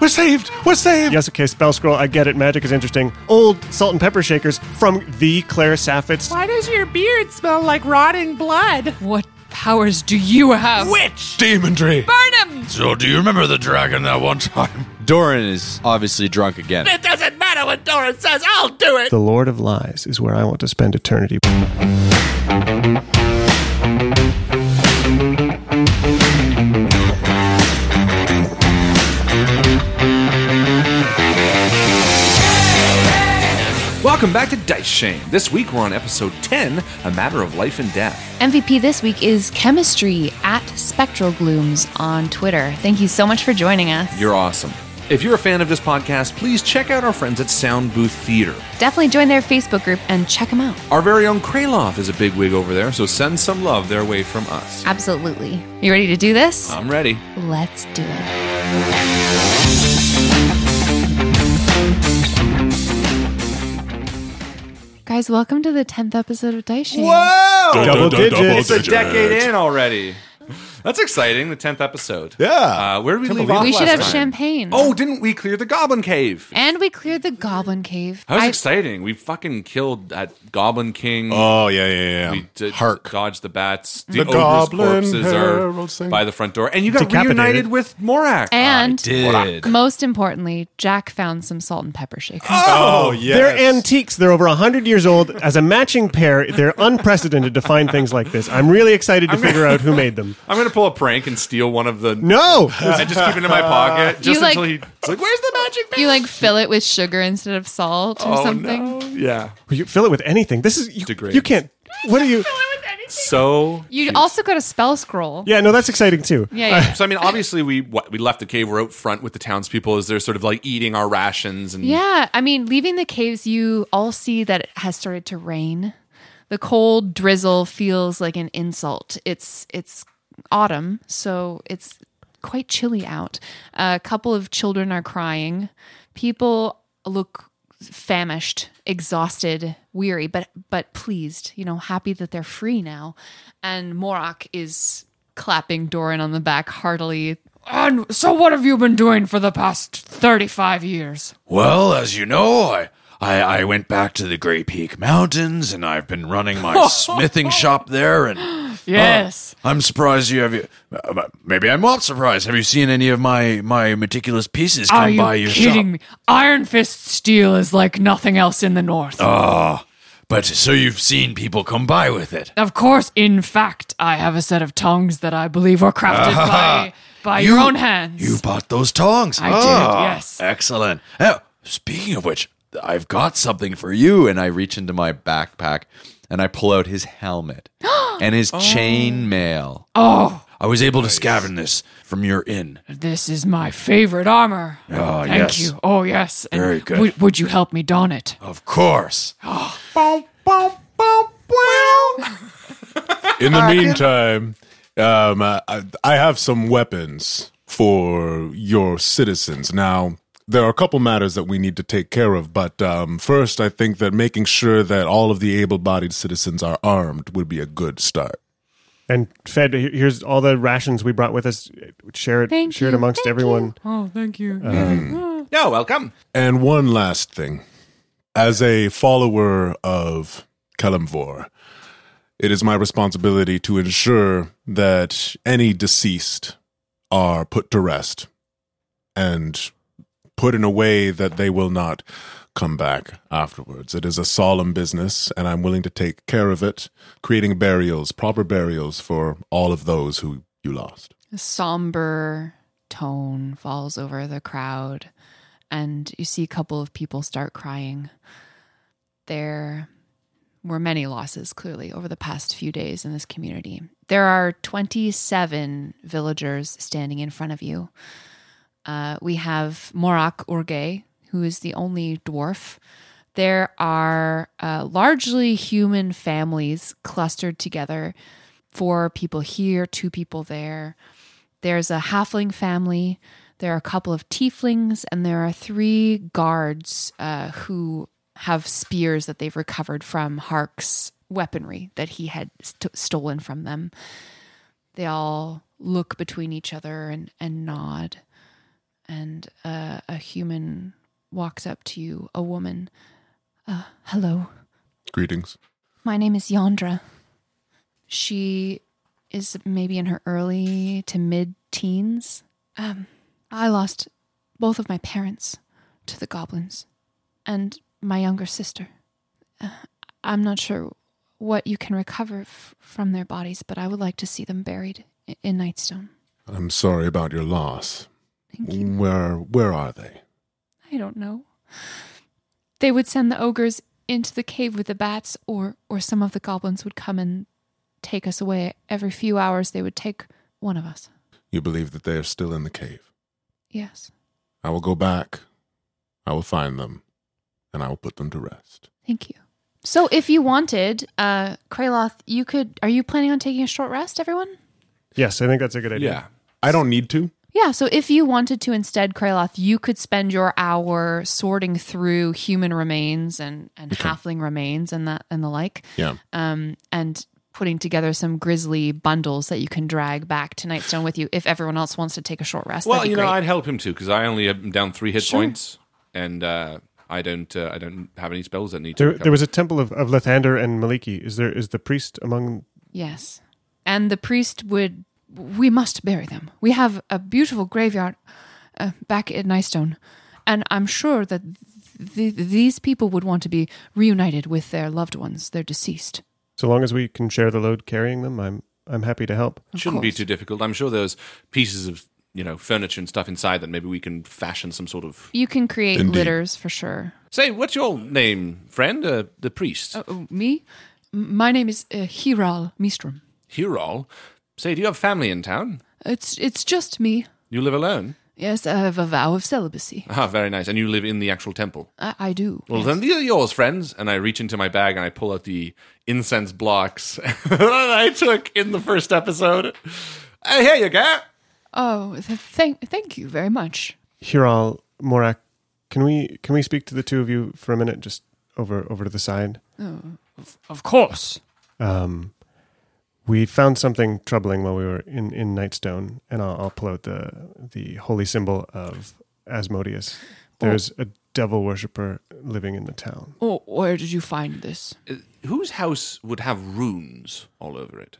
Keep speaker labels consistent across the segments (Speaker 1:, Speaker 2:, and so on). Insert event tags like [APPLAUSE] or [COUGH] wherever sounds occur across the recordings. Speaker 1: We're saved! We're saved!
Speaker 2: Yes, okay, spell scroll. I get it. Magic is interesting. Old salt and pepper shakers from the Claire Saffitz.
Speaker 3: Why does your beard smell like rotting blood?
Speaker 4: What powers do you have?
Speaker 3: Witch!
Speaker 1: Demonry!
Speaker 4: Burn him!
Speaker 5: So, do you remember the dragon that one time?
Speaker 6: [LAUGHS] Doran is obviously drunk again.
Speaker 3: It doesn't matter what Doran says, I'll do it!
Speaker 2: The Lord of Lies is where I want to spend eternity.
Speaker 7: Welcome back to Dice Shame. This week we're on episode 10, A Matter of Life and Death.
Speaker 4: MVP this week is Chemistry at Spectral Glooms on Twitter. Thank you so much for joining us.
Speaker 7: You're awesome. If you're a fan of this podcast, please check out our friends at Sound Booth Theater.
Speaker 4: Definitely join their Facebook group and check them out.
Speaker 7: Our very own Kraloff is a big wig over there, so send some love their way from us.
Speaker 4: Absolutely. You ready to do this?
Speaker 7: I'm ready.
Speaker 4: Let's do it. Guys, welcome to the 10th episode of Dice Shame.
Speaker 1: Oh,
Speaker 7: Whoa!
Speaker 2: Double
Speaker 7: It's
Speaker 2: digits.
Speaker 7: a decade in already. That's exciting, the 10th episode.
Speaker 1: Yeah.
Speaker 7: Uh, where did we
Speaker 1: Can't
Speaker 7: leave
Speaker 1: believe
Speaker 7: off
Speaker 1: it.
Speaker 4: We should
Speaker 7: last
Speaker 4: have
Speaker 7: time?
Speaker 4: champagne.
Speaker 7: Oh, didn't we clear the Goblin Cave?
Speaker 4: And we cleared the Goblin Cave.
Speaker 7: That was
Speaker 4: I-
Speaker 7: exciting. We fucking killed that Goblin King.
Speaker 1: Oh, yeah, yeah, yeah.
Speaker 7: We did
Speaker 1: Hark.
Speaker 7: dodge the bats. The,
Speaker 1: The
Speaker 7: ogre's
Speaker 1: goblin
Speaker 7: corpses are
Speaker 1: herald sing.
Speaker 7: by the front door, and you got
Speaker 2: Decapitated.
Speaker 7: reunited with Morak.
Speaker 4: and
Speaker 6: Did.
Speaker 4: most importantly, Jack found some salt and pepper shakers.
Speaker 1: Oh, yes.
Speaker 2: They're antiques. They're over 100 years old. As a matching pair, they're unprecedented to find things like this. I'm really excited to figure out who made them.
Speaker 7: I'm gonna pull a prank and steal one of the.
Speaker 2: No!
Speaker 7: I just keep it in my pocket [GASPS]
Speaker 4: [LAUGHS] You,
Speaker 7: just
Speaker 4: like-
Speaker 7: until he- he's like, "Where's the magic?" Band?
Speaker 4: You like fill it with sugar instead of salt or
Speaker 7: oh,
Speaker 4: something.
Speaker 7: No. [LAUGHS] Yeah.
Speaker 2: You fill it with anything. This is. You,
Speaker 7: Degrades.
Speaker 2: you can't. What are you.
Speaker 7: So
Speaker 4: You also got a spell scroll.
Speaker 2: Yeah, no, that's exciting too.
Speaker 4: Yeah, yeah.
Speaker 7: So I mean, obviously we what, we left the cave. We're out front with the townspeople as they're sort of like eating our rations and
Speaker 4: Yeah, I mean, leaving the caves, you all see that it has started to rain. The cold drizzle feels like an insult. It's it's autumn, so it's quite chilly out. A couple of children are crying. People look famished, exhausted, weary, but but pleased, you know, happy that they're free now. And Morak is clapping Doran on the back heartily. And so what have you been doing for the past 35 years?
Speaker 5: Well, as you know, I, I, I went back to the Grey Peak Mountains and I've been running
Speaker 4: [LAUGHS]
Speaker 5: my smithing shop there. And
Speaker 4: Yes.
Speaker 5: I'm surprised you have. You, uh, maybe I'm not surprised. Have you seen any of my, my meticulous pieces come
Speaker 4: Are you
Speaker 5: by your shop?
Speaker 4: kidding me? Iron Fist steel is like nothing else in the north.
Speaker 5: Ah, But so you've seen people come by with it.
Speaker 4: Of course, in fact, I have a set of tongs that I believe
Speaker 5: [LAUGHS]
Speaker 4: were crafted by, by your
Speaker 5: You-
Speaker 4: own hands.
Speaker 5: You bought those tongs. Ah,
Speaker 4: I did, yes.
Speaker 5: Excellent. Oh, speaking of which, I've got something for you.
Speaker 6: And I reach into my backpack and I pull out his
Speaker 4: [GASPS]
Speaker 6: helmet and his chain mail.
Speaker 4: Oh.
Speaker 5: Oh. I was able to scavenge this from your inn.
Speaker 4: This is my favorite armor.
Speaker 5: Oh, yes.
Speaker 4: Thank you. Oh, yes. And
Speaker 5: Very good.
Speaker 4: Would, would you help me don it?
Speaker 5: Of
Speaker 1: [GASPS]
Speaker 5: course.
Speaker 3: Boom, boom, boom, boom.
Speaker 1: In the
Speaker 3: Alright.
Speaker 1: meantime, um, I, I have some weapons for your citizens. Now, there are a couple matters that we need to take care of, but um, first, I think that making sure that all of the able bodied citizens are armed would be a good start.
Speaker 2: And fed. here- Here's all the rations we brought with us. Share it.
Speaker 4: Thank
Speaker 2: share it
Speaker 4: you,
Speaker 2: amongst everyone. Uh,
Speaker 4: Oh, thank you. Mm.
Speaker 1: Um,
Speaker 7: No, welcome.
Speaker 1: And one last thing. As a follower of Kalimvor, it is my responsibility to ensure that any deceased are put to rest and put in a way that they will not come back afterwards. It is a solemn business, and I'm willing to take care of it, creating burials, proper burials for all of those who you lost.
Speaker 4: A somber tone falls over the crowd, and you see a couple of people start crying. There were many losses, clearly, over the past few days in this community. There are 27 villagers standing in front of you. Uh, we have Morak Urge, who is the only dwarf. There are uh, largely human families clustered together four people here, two people there. There's a halfling family, there are a couple of tieflings, and there are three guards uh, who have spears that they've recovered from Hark's weaponry that he had st- stolen from them. They all look between each other and, and nod. And uh, a human walks up to you, a woman. Uh, hello.
Speaker 1: Greetings.
Speaker 4: My name is Yandra. She is maybe in her early to mid teens. Um, I lost both of my parents to the goblins and my younger sister. Uh, I'm not sure what you can recover f- from their bodies, but I would like to see them buried i- in Nightstone.
Speaker 1: I'm sorry about your loss.
Speaker 4: Thank
Speaker 1: you. Where where are they?
Speaker 4: I don't know. They would send the ogres into the cave with the bats, or or some of the goblins would come and take us away. Every few hours, they would take one of us.
Speaker 1: You believe that they are still in the cave.
Speaker 4: Yes.
Speaker 1: I will go back. I will find them, and I will put them to rest.
Speaker 4: Thank you. So, if you wanted, uh, Kraloth, you could. Are you planning on taking a short rest, everyone?
Speaker 2: Yes, I think that's a good idea.
Speaker 1: Yeah. I don't need to.
Speaker 4: Yeah. So, if you wanted to instead, Kraloth, you could spend your hour sorting through human remains and and halfling remains and that and the like.
Speaker 1: Yeah.
Speaker 4: um, and putting together some grisly bundles that you can drag back to Nightstone with you if everyone else wants to take a short rest.
Speaker 7: Well,
Speaker 4: that'd be
Speaker 7: you know,
Speaker 4: great.
Speaker 7: I'd help him too because I only am down three hit
Speaker 4: Sure.
Speaker 7: points, and uh, I don't, uh, I don't have any spells that need to.
Speaker 2: There,
Speaker 7: recover.
Speaker 2: there was a temple of, of Lethander and Maliki. Is there is the priest among?
Speaker 4: Yes. And the priest would. We must bury them. We have a beautiful graveyard uh, back at Nystone. And I'm sure that th- these people would want to be reunited with their loved ones, their deceased.
Speaker 2: So long as we can share the load carrying them, I'm I'm happy to help.
Speaker 7: shouldn't be too difficult. I'm sure there's pieces of you know furniture and stuff inside that maybe we can fashion some sort of.
Speaker 4: You can create
Speaker 7: Indeed.
Speaker 4: litters for sure.
Speaker 7: Say, what's your name, friend? Uh, the priest.
Speaker 4: Uh, oh, me? M- My name is uh, Hiral Mistrom.
Speaker 7: Hirol. Say, do you have family in town?
Speaker 4: Uh, It's, it's just me.
Speaker 7: You live alone?
Speaker 4: Yes, I have a vow of celibacy.
Speaker 7: Ah, very nice. And you live in the actual temple.
Speaker 4: I, I do.
Speaker 7: Well, then these are yours, friends. And I reach into my bag and I pull out the incense blocks [LAUGHS] that I took in the first episode. Hey, here you go.
Speaker 4: Oh, th- thank thank you very much.
Speaker 2: Hiral Morak, can we can we speak to the two of you for a minute, just over over to the side?
Speaker 4: Oh, of, of course.
Speaker 2: Um, we found something troubling while we were in, in Nightstone, and I'll, I'll pull out the the holy symbol of Asmodeus. There's a devil worshipper living in the town.
Speaker 4: Oh, where did you find this?
Speaker 7: Uh, Whose house would have runes all over it?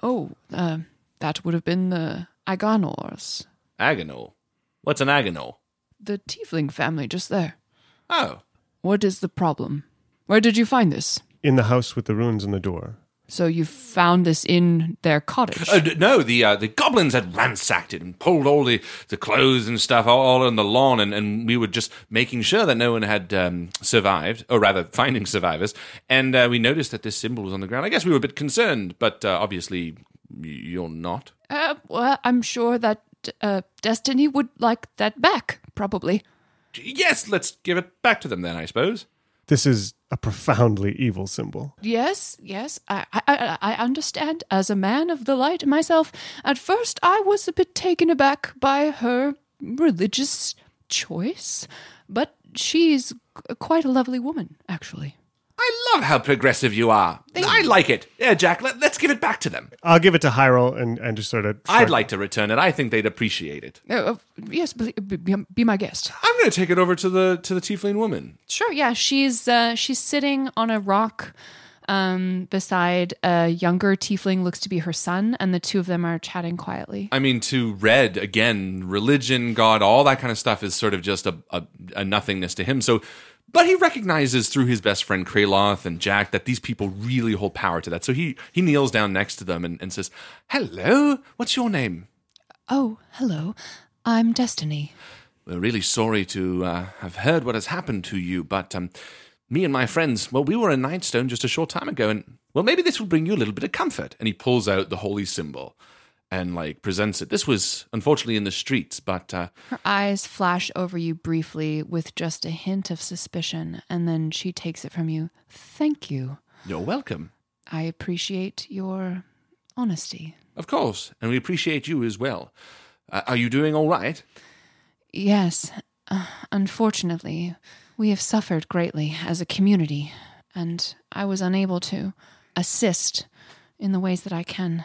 Speaker 4: Oh, um, that would have been the Aganors,
Speaker 7: Agonal. What's an agonal?
Speaker 4: the Tiefling family just there.
Speaker 7: Oh.
Speaker 4: What is the problem? Where did you find this?
Speaker 2: in the house with the ruins on the door.
Speaker 4: So you found this in their cottage.
Speaker 7: Uh, d- no, the uh, the goblins had ransacked it and pulled all the, the clothes and stuff all, all on the lawn, and, and we were just making sure that no one had um, survived, or rather, [LAUGHS] finding survivors. And uh, we noticed that this symbol was on the ground. I guess we were a bit concerned, but uh, obviously y- you're not.
Speaker 4: Uh, well, I'm sure that uh, Destiny would like that back, probably.
Speaker 7: Yes, let's give it back to them then, I suppose.
Speaker 2: This is a profoundly evil symbol.
Speaker 4: Yes, yes, I, I, I- I understand. As a man of the light myself, at first I was a bit taken aback by her religious choice, but she's qu- quite a lovely woman, actually.
Speaker 7: I love how progressive you are. I like it. Yeah, Jack, let, let's give it back to them.
Speaker 2: I'll give it to Hyrule and, and just sort of.
Speaker 7: I'd like to return it. I think they'd appreciate it.
Speaker 4: Uh, uh, yes, be, be, be my guest.
Speaker 7: I'm going to take it over to the to the tiefling woman.
Speaker 4: Sure. Yeah, she's uh, she's sitting on a rock um, beside a younger tiefling, looks to be her son, and the two of them are chatting quietly.
Speaker 7: I mean, to Red again, religion, God, all that kind of stuff is sort of just a, a, a nothingness to him. So, but he recognizes through his best friend Kraloth and Jack that these people really hold power to that. So he he kneels down next to them and, and says, "Hello, what's your name?
Speaker 4: Oh, hello. I'm Destiny.
Speaker 7: We're really sorry to uh, have heard what has happened to you, but um, me and my friends, well, we were in Nightstone just a short time ago, and well, maybe this will bring you a little bit of comfort." And he pulls out the holy symbol. And like presents it. This was unfortunately in the streets, but uh,
Speaker 4: Her eyes flash over you briefly with just a hint of suspicion, and then she takes it from you. Thank you.
Speaker 7: you're welcome.
Speaker 4: I appreciate your honesty.
Speaker 7: Of course, and we appreciate you as well. Uh, are you doing all right?
Speaker 4: Yes, uh, unfortunately, we have suffered greatly as a community, and I was unable to assist in the ways that I can,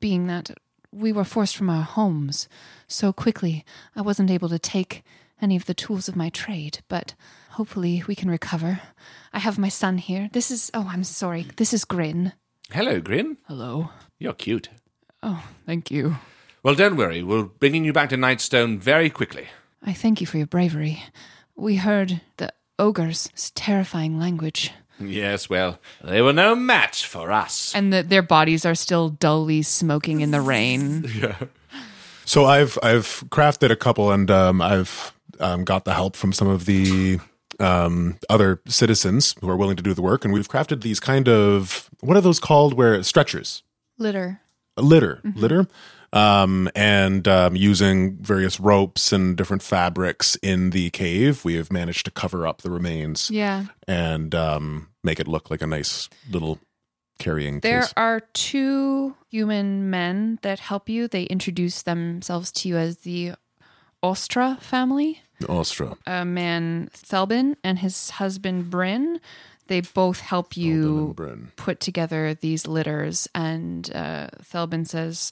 Speaker 4: being that we were forced from our homes so quickly, I wasn't able to take any of the tools of my trade, but hopefully we can recover. I have my son here. This is, oh, I'm sorry, this is Grin.
Speaker 7: Hello, Grin.
Speaker 4: Hello.
Speaker 7: You're cute.
Speaker 4: Oh, thank you.
Speaker 7: Well, don't worry. We're bringing you back to Nightstone very quickly.
Speaker 4: I thank you for your bravery. We heard the ogre's terrifying language.
Speaker 7: Yes, well, they were no match for us.
Speaker 4: And that their bodies are still dully smoking in the rain.
Speaker 7: Yeah.
Speaker 1: So I've I've crafted a couple, and um, I've um, got the help from some of the um, other citizens who are willing to do the work, and we've crafted these kind of what are those called? Where stretchers,
Speaker 4: Litter.
Speaker 1: a litter,
Speaker 4: Mm-hmm.
Speaker 1: litter, um, and um, using various ropes and different fabrics in the cave, we have managed to cover up the remains
Speaker 4: Yeah.
Speaker 1: and um, make it look like a nice little carrying
Speaker 4: There
Speaker 1: case.
Speaker 4: are two human men that help you. They introduce themselves to you as the Ostra family.
Speaker 1: Ostra.
Speaker 4: A uh, man, Thelbin, and his husband, Bryn. They both help you put together these litters. And uh, Thelbin says,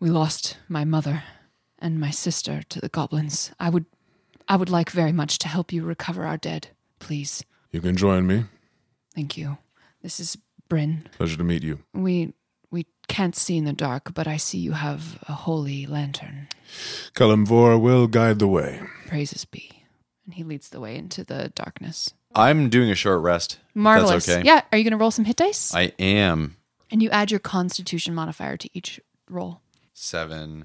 Speaker 4: We lost my mother and my sister to the goblins. I would, I would like very much to help you recover our dead. Please.
Speaker 1: You can join me.
Speaker 4: Thank you. This is Bryn.
Speaker 1: Pleasure to meet you.
Speaker 4: We we can't see in the dark, but I see you have a holy lantern.
Speaker 1: Kalimvor will guide the way.
Speaker 4: Praises be. And he leads the way into the darkness.
Speaker 6: I'm doing a short rest. if
Speaker 4: Marvelous.
Speaker 6: That's okay.
Speaker 4: Yeah. Are you going to roll some hit dice?
Speaker 6: I am
Speaker 4: and you add your constitution modifier to each roll.
Speaker 6: seven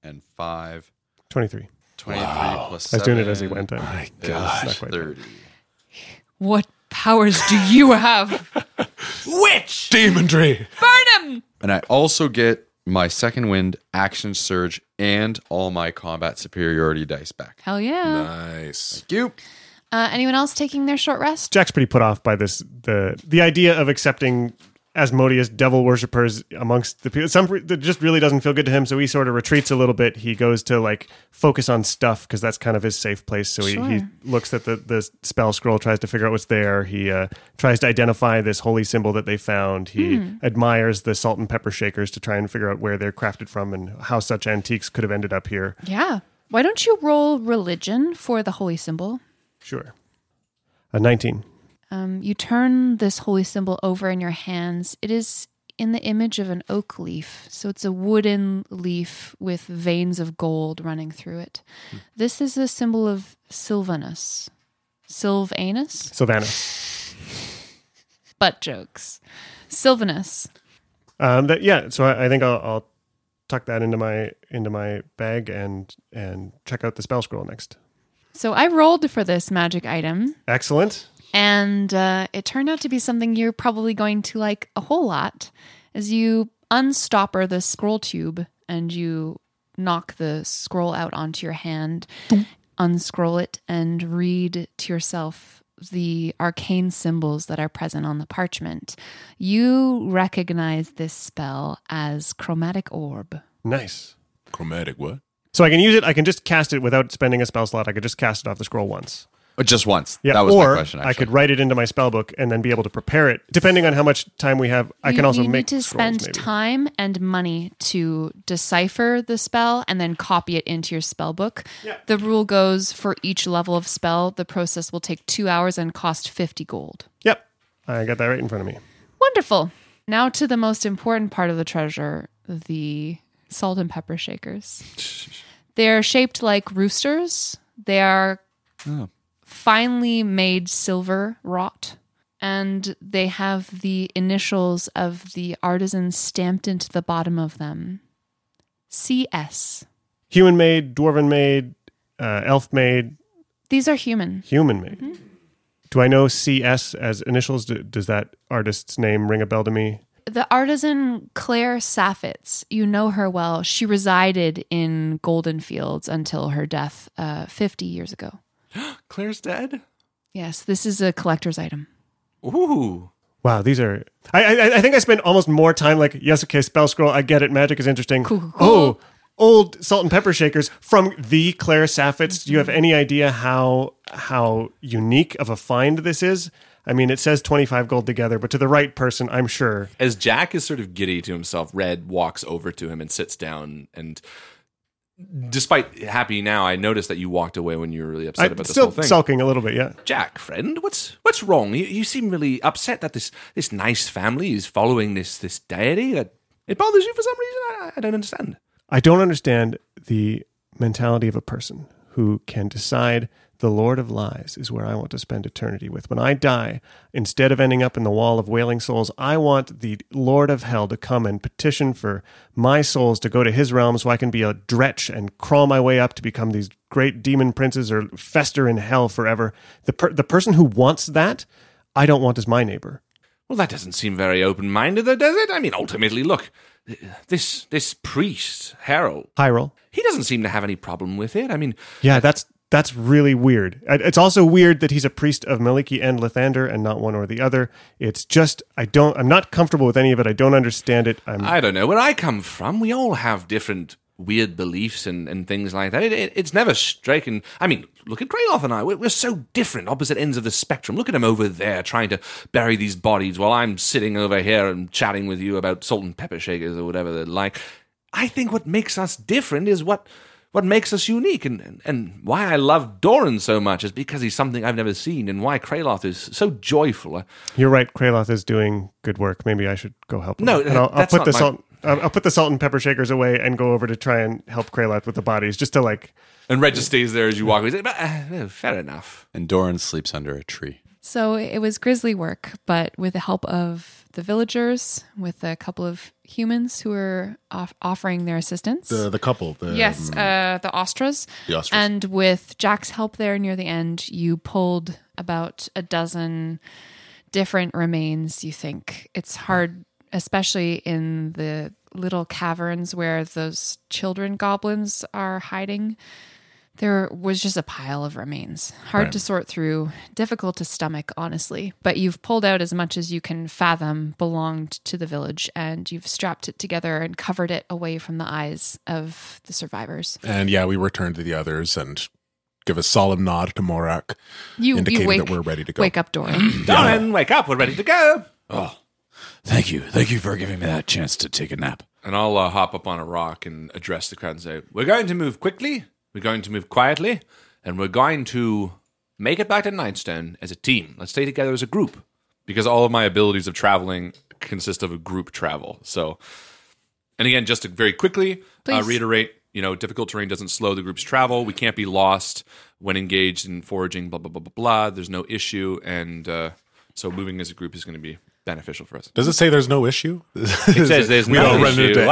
Speaker 6: and five.
Speaker 2: 23.
Speaker 6: 23 plus
Speaker 2: I was doing it as he
Speaker 6: seven
Speaker 2: went in. My
Speaker 6: is
Speaker 2: God. Not quite.
Speaker 6: 30.
Speaker 4: What powers do [LAUGHS] you have? Witch!
Speaker 1: Demonry!
Speaker 4: Burn him!
Speaker 6: And I also get my second wind, action surge, and all my combat superiority dice back.
Speaker 4: Hell yeah.
Speaker 6: Nice. Thank you.
Speaker 4: Uh, anyone else taking their short rest?
Speaker 2: Jack's pretty put off by this the the idea of accepting Asmodeus devil worshippers amongst the people. Some that just really doesn't feel good to him, so he sort of retreats a little bit. He goes to like focus on stuff because that's kind of his safe place. So he, he
Speaker 4: Sure.
Speaker 2: looks at the the spell scroll, tries to figure out what's there. He uh, tries to identify this holy symbol that they found. He
Speaker 4: Hmm.
Speaker 2: admires the salt and pepper shakers to try and figure out where they're crafted from and how such antiques could have ended up here.
Speaker 4: Yeah. Why don't you roll religion for the holy symbol?
Speaker 2: Sure, a nineteen.
Speaker 4: Um, you turn this holy symbol over in your hands. It is in the image of an oak leaf. So it's a wooden leaf with veins of gold running through it.
Speaker 6: Hmm.
Speaker 4: This is a symbol of Sylvanus. Sylvanus?
Speaker 2: Sylvanus.
Speaker 4: butt jokes. Sylvanus.
Speaker 2: Um, that yeah. So I, I think I'll, I'll tuck that into my into my bag and and check out the spell scroll next.
Speaker 4: So I rolled for this magic item,
Speaker 2: Excellent.
Speaker 4: and uh, it turned out to be something you're probably going to like a whole lot as you unstopper the scroll tube and you knock the scroll out onto your hand, unscroll it, and read to yourself the arcane symbols that are present on the parchment. You recognize this spell as chromatic orb.
Speaker 2: Nice.
Speaker 1: Chromatic what?
Speaker 2: So I can use it. I can just cast it without spending a spell slot. I could just cast it off the scroll once.
Speaker 6: Or Oh, Just once.
Speaker 2: Yeah,
Speaker 6: that was
Speaker 2: or
Speaker 6: my question. Actually.
Speaker 2: I could write it into my spell book and then be able to prepare it. Depending on how much time we have, I
Speaker 4: You-
Speaker 2: can also
Speaker 4: you
Speaker 2: make
Speaker 4: need to
Speaker 2: scrolls,
Speaker 4: spend
Speaker 2: maybe.
Speaker 4: time and money to decipher the spell and then copy it into your spell book. The rule goes for each level of spell, the process will take two hours and cost 50 gold.
Speaker 2: Yep, I got that right in front of me.
Speaker 4: Wonderful. Now to the most important part of the treasure the salt and pepper shakers. They're shaped like roosters, they are
Speaker 6: Oh.
Speaker 4: finely made silver wrought, and they have the initials of the artisan stamped into the bottom of them CS.
Speaker 2: Human made, dwarven made, uh, elf made,
Speaker 4: These are human.
Speaker 2: human made. Do I know CS as initials? Do, does that artist's name ring a bell to me?
Speaker 4: The artisan Claire Saffitz, you know her well. She resided in Golden Fields until her death uh, 50 years ago.
Speaker 7: [GASPS] Claire's dead?
Speaker 4: Yes, this is a collector's item.
Speaker 7: Ooh.
Speaker 2: Wow, these are. I, I I think I spend almost more time like yes, okay, spell scroll. I get it. Magic is interesting. Oh, old salt and pepper shakers from the Claire Saffitz. Do you have any idea how how unique of a find this is? I mean, it says twenty five gold together, but to the right person, I'm sure.
Speaker 7: As Jack is sort of giddy to himself, Red walks over to him and sits down. And despite happy now, I noticed that you walked away when you were really upset
Speaker 2: I'm
Speaker 7: about this
Speaker 2: still
Speaker 7: whole thing.
Speaker 2: sulking a little bit. Yeah.
Speaker 7: Jack, friend, what's what's wrong? You, you seem really upset that this this nice family is following this this deity. That it bothers you for some reason. I, I don't understand.
Speaker 2: I don't understand the mentality of a person who can decide the Lord of Lies is where I want to spend eternity with. When I die, instead of ending up in the wall of wailing souls, I want the Lord of Hell to come and petition for my souls to go to his realm so I can be a dretch and crawl my way up to become these great demon princes or fester in hell forever. The, per- the person who wants that, I don't want as my neighbor.
Speaker 7: Well, that doesn't seem very open minded, though, does it? I mean, ultimately, look, this this priest Harold,
Speaker 2: Hyrule.
Speaker 7: he doesn't seem to have any problem with it. I mean,
Speaker 2: Yeah, that's that's really weird. I- It's also weird that he's a priest of Maliki and Lathander and not one or the other. It's just I don't I'm not comfortable with any of it. I don't understand it. I'm
Speaker 7: I don't know where I come from. We all have different weird beliefs and, and things like that. It, it, it's never straight. And I mean, look at Greyloth and I. We're, we're so different, opposite ends of the spectrum. Look at him over there trying to bury these bodies while I'm sitting over here and chatting with you about salt and pepper shakers or whatever they're like. I think what makes us different is what what makes us unique and, and, and why I love Doran so much is because he's something I've never seen and why Kraloth is so joyful.
Speaker 2: You're right. Kraloth is doing good work. Maybe I should go help him.
Speaker 7: No,
Speaker 2: and I'll, I'll
Speaker 7: that's
Speaker 2: put
Speaker 7: not
Speaker 2: the
Speaker 7: my-
Speaker 2: salt I'll I'll put the salt and pepper shakers away and go over to try and help Kraloth with the bodies just to like
Speaker 7: And Red just stays there as you walk away. He's like, "But, uh, no, fair enough.
Speaker 6: And Doran sleeps under a tree.
Speaker 4: So it was grisly work, but with the help of the villagers, with a couple of humans who were off- offering their assistance.
Speaker 8: The the couple. The, um,
Speaker 4: yes,
Speaker 7: um,
Speaker 4: uh, the ostras.
Speaker 8: The ostras.
Speaker 4: And with Jack's help there near the end, you pulled about a dozen different remains. You think it's hard, especially in the little caverns where those children goblins are hiding. There was just a pile of remains. Hard
Speaker 9: Right.
Speaker 4: to sort through, difficult to stomach, honestly. But you've pulled out as much as you can fathom belonged to the village, and you've strapped it together and covered it away from the eyes of the survivors.
Speaker 1: And yeah, we return to the others and give a solemn nod to Morak,
Speaker 4: You- you
Speaker 1: indicating
Speaker 4: wake-
Speaker 1: that we're ready to go. [CLEARS THROAT]
Speaker 4: wake
Speaker 1: [GASPS]
Speaker 4: up Doran.
Speaker 7: Doran, wake up. We're ready to go.
Speaker 5: Oh, thank you. Thank you for giving me that chance to take a nap.
Speaker 7: And I'll uh, hop up on a rock and address the crowd and say, We're going to move quickly, we're going to move quietly, and we're going to make it back to Nightstone as a team. Let's stay together as a group. Because all of my abilities of traveling consist of a group travel. So, and again, just to very quickly uh,
Speaker 5: Please.
Speaker 7: reiterate, you know, difficult terrain doesn't slow the group's travel. We can't be lost when engaged in foraging, blah, blah, blah, blah, blah. There's no issue. And uh, so moving as a group is going to be beneficial for us.
Speaker 1: Does it say there's no issue?
Speaker 7: It
Speaker 1: [LAUGHS]
Speaker 7: says there's
Speaker 1: we
Speaker 7: no
Speaker 1: don't run
Speaker 7: issue
Speaker 1: into any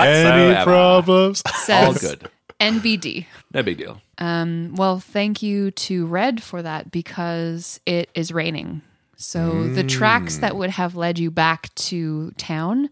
Speaker 7: whatsoever.
Speaker 1: problems.
Speaker 4: Says
Speaker 7: All good.
Speaker 4: NBD.
Speaker 7: No big deal.
Speaker 4: Um, well, thank you to Red for that because it is raining. So the tracks
Speaker 7: Mm.
Speaker 4: that would have led you back to town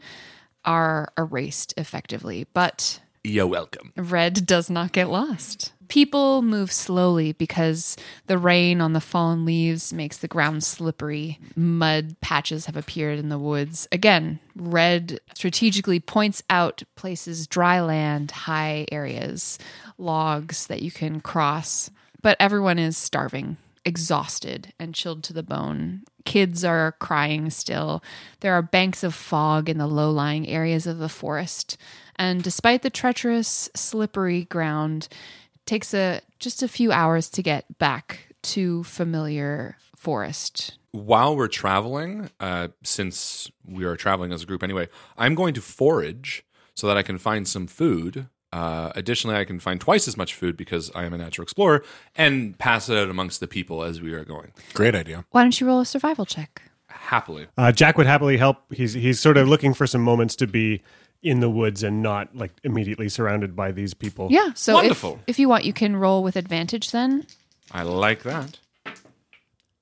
Speaker 4: are erased effectively, but
Speaker 7: You're welcome.
Speaker 4: Red does not get lost. People move slowly because the rain on the fallen leaves makes the ground slippery. Mud patches have appeared in the woods. Again, Red strategically points out places dry land, high areas, logs that you can cross. But everyone is starving, exhausted, and chilled to the bone. Kids are crying still. There are banks of fog in the low lying areas of the forest. And despite the treacherous, slippery ground, it takes a just a few hours to get back to familiar forest.
Speaker 7: While we're traveling, uh, since we are traveling as a group anyway, I'm going to forage so that I can find some food. Uh, additionally, I can find twice as much food because I am a natural explorer and pass it out amongst the people as we are going.
Speaker 1: Great idea.
Speaker 4: Why don't you roll a survival check?
Speaker 7: Happily.
Speaker 2: Uh, Jack would happily help. He's he's sort of looking for some moments to be in the woods and not like immediately surrounded by these people.
Speaker 4: Yeah, so if-
Speaker 7: Wonderful.
Speaker 4: If, you want, you can roll with advantage then.
Speaker 7: I like that.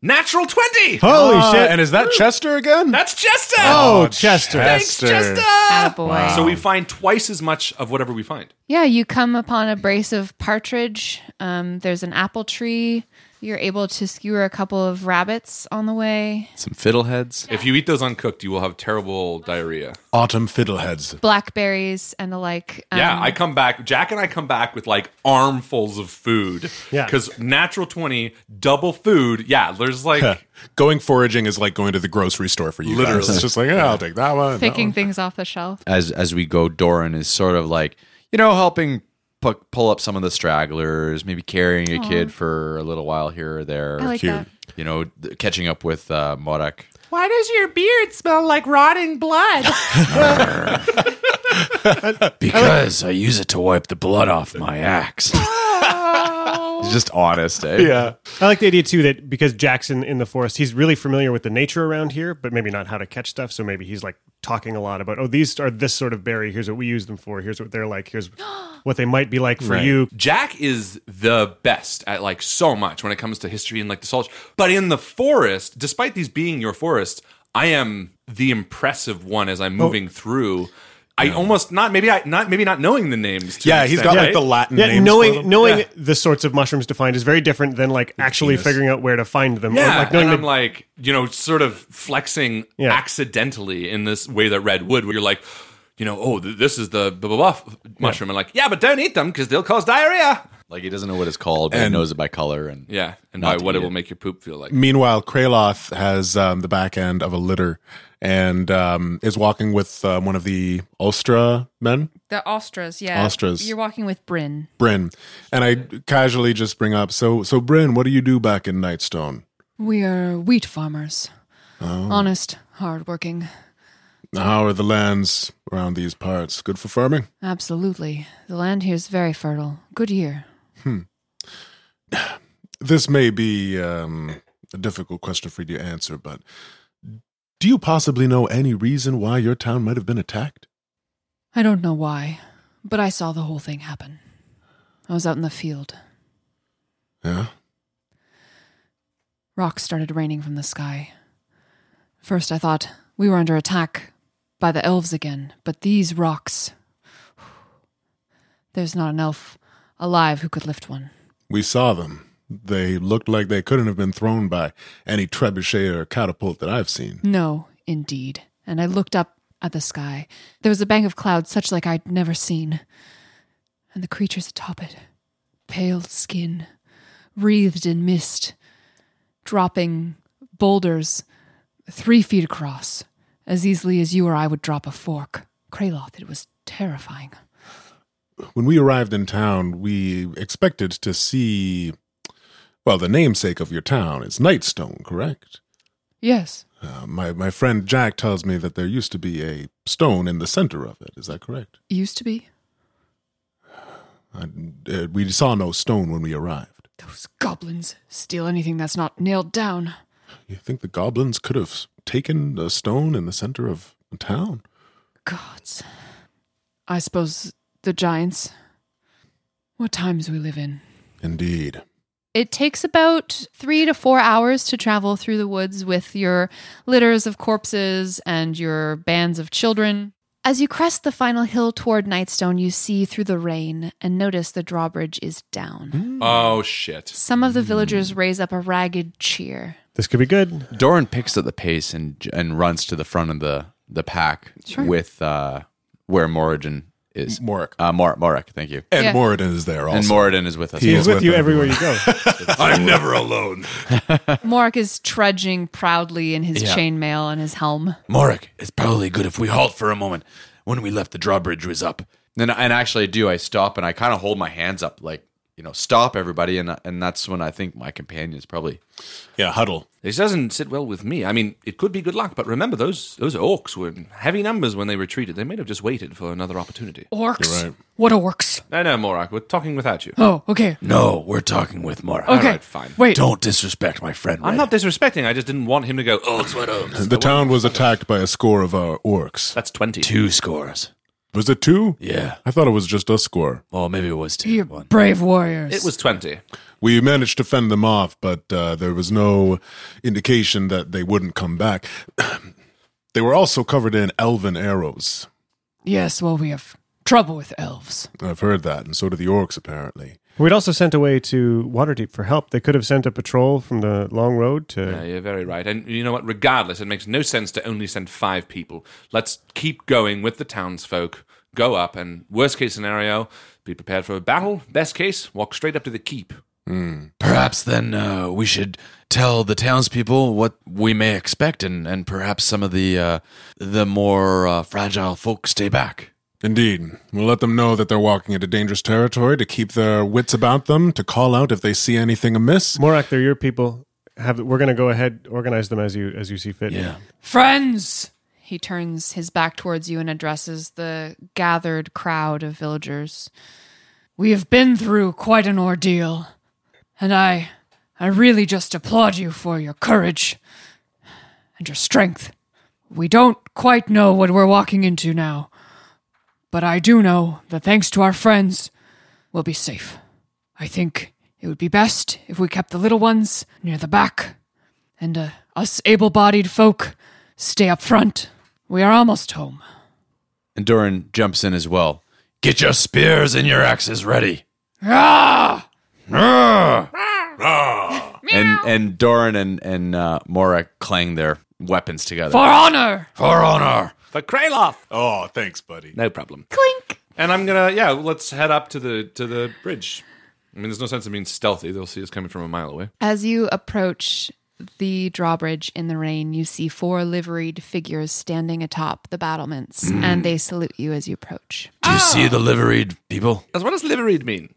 Speaker 7: Natural 20!
Speaker 1: Holy shit! And is that Chester again?
Speaker 7: That's Chester.
Speaker 1: Oh, Chester.
Speaker 7: Thanks, Chester.
Speaker 4: Attaboy. Wow.
Speaker 7: So we find twice as much of whatever we find.
Speaker 4: Yeah, you come upon a brace of partridge. Um, there's an apple tree. You're able to skewer a couple of rabbits on the way.
Speaker 7: Some fiddleheads. If you eat those uncooked, you will have terrible diarrhea.
Speaker 1: Autumn fiddleheads.
Speaker 4: blackberries and the like.
Speaker 7: yeah,
Speaker 4: Um,
Speaker 7: I come back. Jack and I come back with like armfuls of food.
Speaker 4: Yeah.
Speaker 7: Because natural 20, double food. Yeah, there's like.
Speaker 1: going foraging is like going to the grocery store for you. guys.
Speaker 6: Literally.
Speaker 1: It's just like, oh. yeah, I'll take that one. that
Speaker 4: picking things off the shelf.
Speaker 6: as as we go, Doran is sort of like you know helping pu- pull up some of the stragglers, maybe carrying a
Speaker 4: Aw.
Speaker 6: kid for a little while here or there.
Speaker 3: I like Cute. that.
Speaker 6: You know, th- catching up with uh, Modak.
Speaker 3: Why does your beard smell like rotting blood?
Speaker 5: Because I use it to wipe the blood off my axe.
Speaker 6: He's just honest, eh?
Speaker 2: Yeah. I like the idea too that because Jack's in, in the forest, he's really familiar with the nature around here, but maybe not how to catch stuff. So maybe he's like talking a lot about, oh, these are this sort of berry. Here's what we use them for. Here's what they're like. Here's what they might be like for
Speaker 7: Right.
Speaker 2: you.
Speaker 7: Jack is the best at like so much when it comes to history and like the salt. But in the forest, despite these being your forest, I am the impressive one as
Speaker 2: Oh.
Speaker 7: I'm moving through. I almost not maybe I not maybe not knowing the names. to an extent, right?
Speaker 2: Yeah, knowing knowing
Speaker 7: Yeah.
Speaker 2: the sorts of mushrooms defined is very different than like actually
Speaker 7: Genius.
Speaker 2: figuring out where to find them. or,
Speaker 7: Yeah,
Speaker 2: like knowing
Speaker 7: and
Speaker 2: the-
Speaker 7: I'm like, you know, sort of flexing accidentally in this way that Red would, where you're like, you know, oh, th- this is the blah blah, blah f- mushroom, and like, yeah, but don't eat them because they'll cause diarrhea.
Speaker 6: Like he doesn't know what it's called, but he
Speaker 7: And-
Speaker 6: knows it by color and
Speaker 7: Yeah, and
Speaker 6: Not
Speaker 7: by
Speaker 6: to
Speaker 7: what
Speaker 6: eat
Speaker 7: it will
Speaker 6: it.
Speaker 7: make your poop feel like.
Speaker 1: Meanwhile, Kraloth has um, the back end of a litter and um, is walking with um, one of the Ulstra men,
Speaker 4: The ostras, yeah.
Speaker 1: Ostras.
Speaker 4: You're walking with Bryn.
Speaker 1: Bryn. And I casually just bring up, so so Bryn, what do you do back in Nightstone?
Speaker 4: We are wheat farmers.
Speaker 1: Oh.
Speaker 4: Honest, hardworking.
Speaker 1: How are the lands around these parts? Good for farming?
Speaker 4: Absolutely. The land here is very fertile. Good year.
Speaker 1: This may be um, a difficult question for you to answer, but do you possibly know any reason why your town might have been attacked?
Speaker 4: I don't know why, but I saw the whole thing happen. I was out in the field.
Speaker 1: Yeah.
Speaker 4: Rocks started raining from the sky. First, I thought we were under attack by the elves again, but these rocks. [SIGHS] There's not an elf alive who could lift one.
Speaker 1: We saw them. They looked like they couldn't have been thrown by any trebuchet or catapult that I've seen.
Speaker 4: No, indeed. And I looked up at the sky. There was a bank of clouds such like I'd never seen. And the creatures atop it, pale skin, wreathed in mist, dropping boulders three feet across, as easily as you or I would drop a fork. Kraloth, it was terrifying.
Speaker 1: When we arrived in town, we expected to see. Well, the namesake of your town is Nightstone, correct?
Speaker 4: Yes,
Speaker 1: Uh, my, my friend Jack tells me that there used to be a stone in the center of it. Is that correct?
Speaker 4: used to be.
Speaker 1: I, uh, we saw no stone when we arrived.
Speaker 4: Those goblins steal anything that's not nailed down.
Speaker 1: You think the goblins could have taken a stone in the center of a town.
Speaker 4: Gods. I suppose the giants. What times we live in.
Speaker 1: Indeed.
Speaker 4: It takes about three to four hours to travel through the woods with your litters of corpses and your bands of children. As you crest the final hill toward Nightstone, you see through the rain and notice the drawbridge is down.
Speaker 7: Oh shit!
Speaker 4: Some of the villagers raise up a ragged cheer.
Speaker 2: This could be good.
Speaker 6: Doran picks up the pace and and runs to the front of the the pack
Speaker 4: Sure.
Speaker 6: with uh, where Morrigan is. Morik. Uh, Mor- Morik, thank you.
Speaker 1: And Yeah. Moradin is there
Speaker 6: And
Speaker 1: also.
Speaker 6: Moradin is with us.
Speaker 2: He's
Speaker 6: as
Speaker 2: with
Speaker 6: well.
Speaker 2: you everywhere
Speaker 5: [LAUGHS]
Speaker 1: [LAUGHS]
Speaker 2: you go.
Speaker 7: I'm never alone.
Speaker 4: Morik is trudging proudly in his
Speaker 5: Yeah.
Speaker 4: chainmail and his helm.
Speaker 5: Morik, it's probably good if we halt for a moment. When we left, the drawbridge was up.
Speaker 6: And, and actually, I do. I stop and I kind of hold my hands up, like you know, stop everybody, and and that's when I think my companions probably.
Speaker 1: Yeah, huddle.
Speaker 7: This doesn't sit well with me. I mean, it could be good luck, but remember those those orcs were in heavy numbers when they retreated. They may have just waited for another opportunity.
Speaker 4: Orcs? You're right. What orcs?
Speaker 7: No, no, Morak. We're talking without you.
Speaker 4: Oh, okay.
Speaker 5: No, we're talking with Morik.
Speaker 7: Okay. All right, fine. Wait.
Speaker 5: Don't disrespect my friend.
Speaker 7: I'm not disrespecting. I just didn't want him to go. "Oh, Orcs, what orcs?
Speaker 1: [LAUGHS] The town was attacked by a score of our orcs.
Speaker 7: That's 20.
Speaker 5: Two scores.
Speaker 1: Was it two?
Speaker 5: Yeah.
Speaker 1: I thought it was just a score.
Speaker 5: Oh, maybe it was two.
Speaker 4: You're brave warriors.
Speaker 7: It was 20.
Speaker 1: We managed to fend them off, but uh, there was no indication that they wouldn't come back. [CLEARS THROAT] they were also covered in elven arrows.
Speaker 4: Yes, well, we have trouble with elves.
Speaker 1: I've heard that, and so do the orcs, apparently.
Speaker 2: We'd also sent away to Waterdeep for help. They could have sent a patrol from the long road to.
Speaker 7: Yeah, you're very right. And you know what? Regardless, it makes no sense to only send five people. Let's keep going with the townsfolk. Go up, and worst case scenario, be prepared for a battle. Best case, walk straight up to the keep.
Speaker 6: Hmm.
Speaker 5: Perhaps then uh, we should tell the townspeople what we may expect, and, and perhaps some of the uh, the more uh, fragile folk stay back.
Speaker 1: Indeed. We'll let them know that they're walking into dangerous territory to keep their wits about them, to call out if they see anything amiss.
Speaker 2: Morak, they're your people. Have we're going to go ahead, organize them as you as you see fit. Yeah.
Speaker 4: Friends! He turns his back towards you and addresses the gathered crowd of villagers. We have been through quite an ordeal, and I I really just applaud you for your courage and your strength. We don't quite know what we're walking into now, but I do know that thanks to our friends, we'll be safe. I think it would be best if we kept the little ones near the back and uh, us able bodied folk stay up front. We are almost home.
Speaker 6: And Doran jumps in as well.
Speaker 5: Get your spears and your axes ready.
Speaker 4: Ah!
Speaker 5: Arrgh!
Speaker 6: Ah. and and Doran and and uh, Mora clang their weapons together
Speaker 4: For honor!
Speaker 5: For honor.
Speaker 7: For Kraloth.
Speaker 1: Oh, thanks, buddy.
Speaker 7: No problem. Clink. And I'm gonna yeah. Let's head up to the to the bridge. I mean, there's no sense in being stealthy. They'll see us coming from a mile away.
Speaker 4: As you approach the drawbridge in the rain, you see four liveried figures standing atop the battlements,
Speaker 5: Mm.
Speaker 4: and they salute you as you approach.
Speaker 5: Do you see the liveried people?
Speaker 7: Ah.
Speaker 5: Ah.
Speaker 7: As what does liveried mean?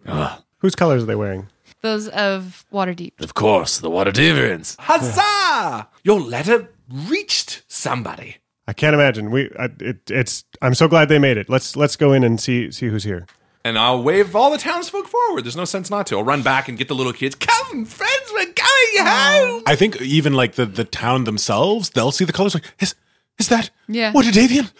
Speaker 2: Whose colors are they wearing?
Speaker 4: Ah! Those of Waterdeep.
Speaker 5: Of course, the water deviants.
Speaker 7: Huzzah! Your letter reached somebody.
Speaker 2: I can't imagine. We I, it, it's. I'm so glad they made it. Let's let's go in and see see who's here.
Speaker 7: And I'll wave all the townsfolk forward. There's no sense not to. I'll run back and get the little kids. Come, friends, we're going home.
Speaker 1: I think even like the, the town themselves, they'll see the colors like, is, is that?
Speaker 4: Yeah.
Speaker 1: What a Davian?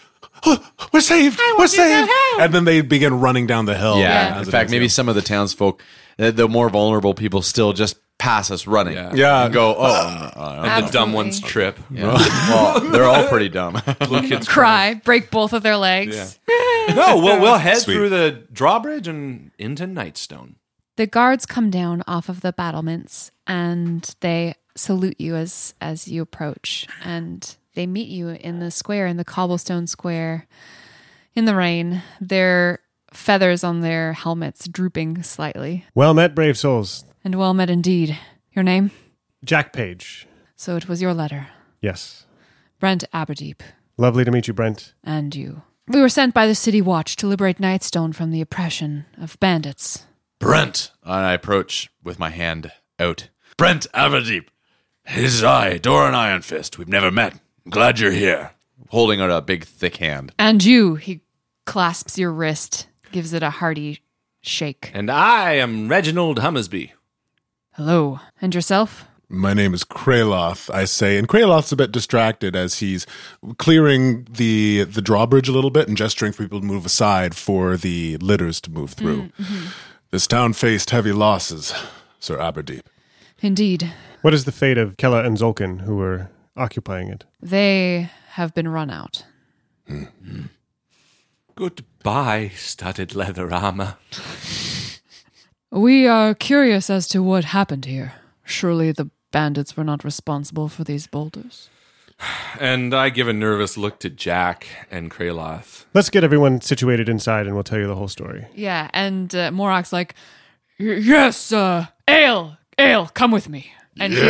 Speaker 1: Oh, we're saved. We're saved. And then they begin running down the hill.
Speaker 6: yeah,
Speaker 1: As
Speaker 6: in
Speaker 1: it
Speaker 6: fact
Speaker 1: is,
Speaker 6: maybe
Speaker 1: yeah.
Speaker 6: some of the townsfolk the, the more vulnerable people still just pass us running yeah, And go oh uh,
Speaker 7: And the dumb ones trip.
Speaker 6: yeah. well, they're all pretty dumb
Speaker 7: [LAUGHS] Little kids
Speaker 4: Cry, break both of their legs.
Speaker 7: no, we'll, we'll head
Speaker 6: Sweet.
Speaker 7: through the drawbridge and into Nightstone.
Speaker 4: The guards come down off of the battlements and they salute you as as you approach and they meet you in the square in the cobblestone square in the rain their feathers on their helmets drooping slightly
Speaker 2: Well met, brave souls.
Speaker 4: and well met indeed your name
Speaker 2: Jack Page.
Speaker 4: so it was your letter
Speaker 2: Yes.
Speaker 4: Brent Aberdeep
Speaker 2: Lovely to meet you, Brent.
Speaker 4: and you we were sent by the city watch to liberate Nightstone from the oppression of bandits
Speaker 6: brent
Speaker 5: And I approach with my hand out. Brent Averdeep. This is I, Doran Iron Fist. We've never met. I'm glad you're here.
Speaker 6: holding out a big thick hand
Speaker 4: and you he clasps your wrist gives it a hearty shake
Speaker 7: And I am Reginald Hummersby.
Speaker 4: Hello. And yourself?
Speaker 1: My name is Kraloth, I say, and Kraloth's a bit distracted as he's clearing the the drawbridge a little bit and gesturing for people to move aside for the litters to move through.
Speaker 4: Hmm.
Speaker 1: This town faced heavy losses, Sir Aberdeep.
Speaker 4: Indeed.
Speaker 2: What is the fate of Kella and Zulkin, who were occupying it?
Speaker 4: They have been run out.
Speaker 7: Goodbye, studded leather armor.
Speaker 4: We are curious as to what happened here. Surely the bandits were not responsible for these boulders.
Speaker 7: And I give a nervous look to Jack and Kraloth.
Speaker 2: Let's get everyone situated inside, and we'll tell you the whole story.
Speaker 4: Yeah, and uh, Morok's like, "Y- Yes, uh, Ale, Ale, come with me. And he-